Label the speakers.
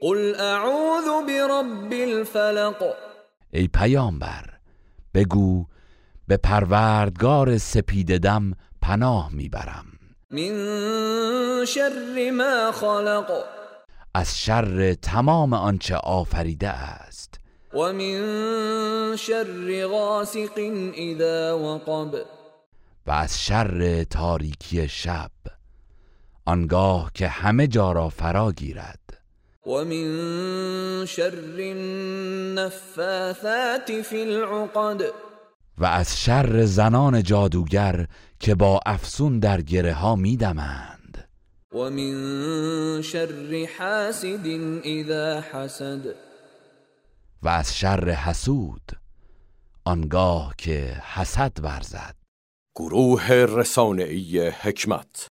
Speaker 1: قل أعوذ برب الفلق
Speaker 2: ای پیامبر بگو به پروردگار سپید دم پناه میبرم
Speaker 1: من شر ما خلق
Speaker 2: از شر تمام آنچه آفریده است
Speaker 1: ومن شر غاسق إذا وقب
Speaker 2: و از شر تاریکی شب آنگاه که همه جا را فرا گیرد
Speaker 1: ومن شر النفاثات في العقد
Speaker 2: و از شر زنان جادوگر که با افسون در گره ها میدمند
Speaker 1: ومن شر حاسد إذا حسد
Speaker 2: و از شر حسود آنگاه که حسد ورزد
Speaker 3: گروه رسانه‌ای حکمت